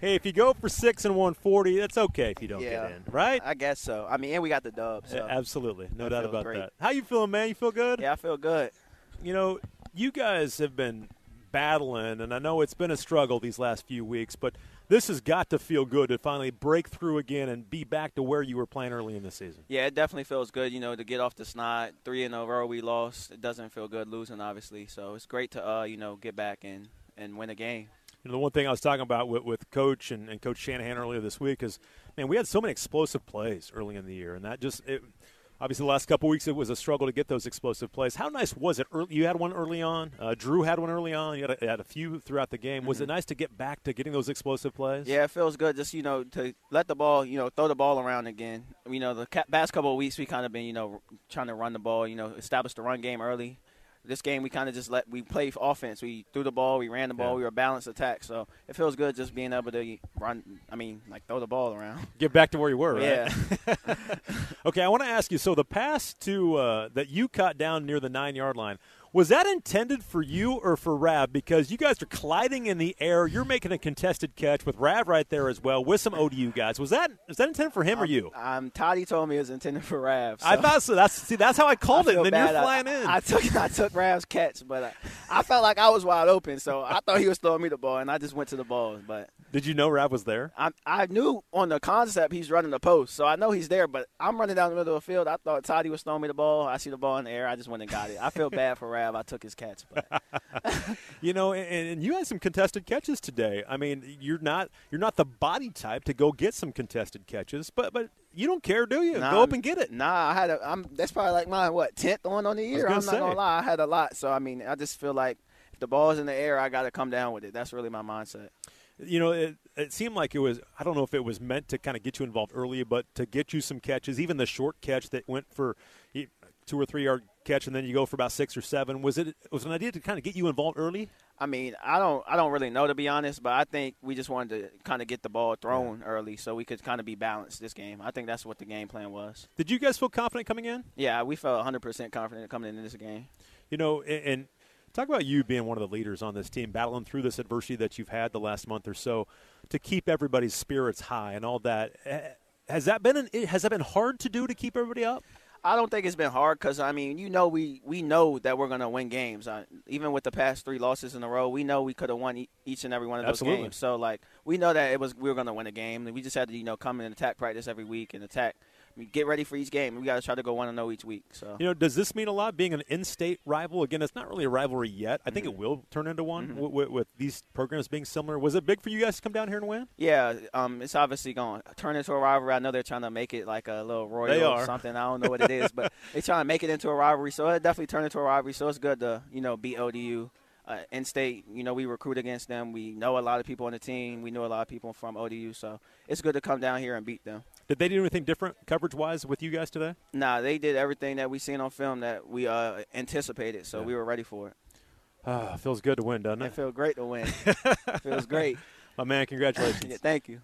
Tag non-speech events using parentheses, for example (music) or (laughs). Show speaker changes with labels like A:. A: Hey, if you go for six and 140, that's okay if you don't
B: Yeah.
A: get in, right?
B: I guess so. I mean, and we got the dub. So.
A: Yeah, Absolutely, no
B: I
A: doubt
B: feel
A: about
B: great.
A: that. How you feeling, man? You feel good?
B: Yeah, I feel good.
A: You know, you guys have been battling, and I know it's been a struggle these last few weeks, but this has got to feel good to finally break through again and be back to where you were playing early in the season.
B: Yeah, it definitely feels good, you know, to get off the snide. Three in a row we lost. It doesn't feel good losing, obviously. So it's great to, uh, you know, get back and, and win a game.
A: You know, the one thing I was talking about with, with Coach and, and Coach Shanahan earlier this week is, man, we had so many explosive plays early in the year, and that just it, obviously the last couple weeks it was a struggle to get those explosive plays. How nice was it? Early, you had one early on. Uh, Drew had one early on. You had a, had a few throughout the game. Was it nice to get back to getting those explosive plays?
B: Mm-hmm. Yeah, it feels good just, you know, to let the ball, you know, throw the ball around again. You know, the ca- past couple of weeks we kind of been, you know, trying to run the ball, you know, establish the run game early. This game we kind of just let we play offense. We threw the ball, we ran the ball,
A: Yeah.
B: we were a balanced attack. So it feels good just being able to run. I mean, like throw the ball around.
A: Get back to where you were. Right?
B: Yeah.
A: Okay, I want to ask you. So the pass to uh, that you caught down near the nine yard line was that intended for you or for Rav? Because you guys are colliding in the air. You're making a contested catch with Rav right there as well with some ODU guys. Was that is that intended for him or you?
B: Um, Toddy told me it was intended for Rav.
A: I
B: so-
A: thought so. That's see, that's how I called it.
B: feel
A: And then you're
B: bad. I-
A: flying in.
B: I, took I took Rav's catch, but I, I felt like I was wide open, so I thought he was throwing me the ball, and I just went to the ball. But
A: Did you know Rav was there?
B: I I knew on the concept he's running the post, so I know he's there. But I'm running down the middle of the field. I thought Toddy was throwing me the ball. I see the ball in the air. I just went and got it. I feel bad for Rav. I took his catch, but
A: You know, and, and you had some contested catches today. I mean, you're not you're not the body type to go get some contested catches, but but you don't care, do you? (laughs)
B: Nah,
A: go up and get it.
B: Nah, I had a. I'm. That's probably like my what tenth one on the year.
A: gonna
B: I'm not
A: say.
B: gonna lie. I had a lot. So I mean, I just feel like if the ball's in the air, I got to come down with it. That's really my mindset.
A: you know, it, it seemed like it was, I don't know if it was meant to kind of get you involved early, but to get you some catches, even the short catch that went for eh, two or three yard catch and then you go for about six or seven, was it was it an idea to kind of get you involved early?
B: I mean, I don't, I don't really know to be honest, but I think we just wanted to kind of get the ball thrown early so we could kind of be balanced this game. I think that's what the game plan was.
A: Did you guys feel confident coming in?
B: Yeah, we felt 100% confident coming into this game.
A: You know, and, and talk about you being one of the leaders on this team, battling through this adversity that you've had the last month or so to keep everybody's spirits high and all that. Eh, Has that been an, has that been hard to do to keep everybody up?
B: I don't think it's been hard because I mean, you know, we we know that we're gonna win games. I, even with the past three losses in a row, we know we could have won e- each and every one of those
A: Absolutely.
B: games. So like, we know that it was we were gonna win a game. We just had to you know come in and attack practice every week and attack. I mean, get ready for each game. We got to try to go one and zero each week. So
A: You know, does this mean a lot being an in-state rival? Again, it's not really a rivalry yet. I think it will turn into one wi- wi- with these programs being similar. Was it big for you guys to come down here and win?
B: Yeah, um, it's obviously going to turn into a rivalry. I know they're trying to make it like a little
A: They
B: royal
A: are.
B: or something. I don't know what it is,
A: (laughs)
B: but they're trying to make it into a rivalry. So it definitely turned into a rivalry. So it's good to you know beat ODU uh, in state. You know we recruit against them. We know a lot of people on the team. We know a lot of people from ODU. So it's good to come down here and beat them.
A: Did they do anything different coverage-wise with you guys today?
B: Nah, they did everything that we seen on film that we uh, anticipated. So
A: Yeah.
B: we were ready for it.
A: Ah, feels good to win, doesn't
B: It
A: it? (laughs)
B: felt great to win. Feels great.
A: My man, congratulations.
B: (laughs) Yeah, thank you.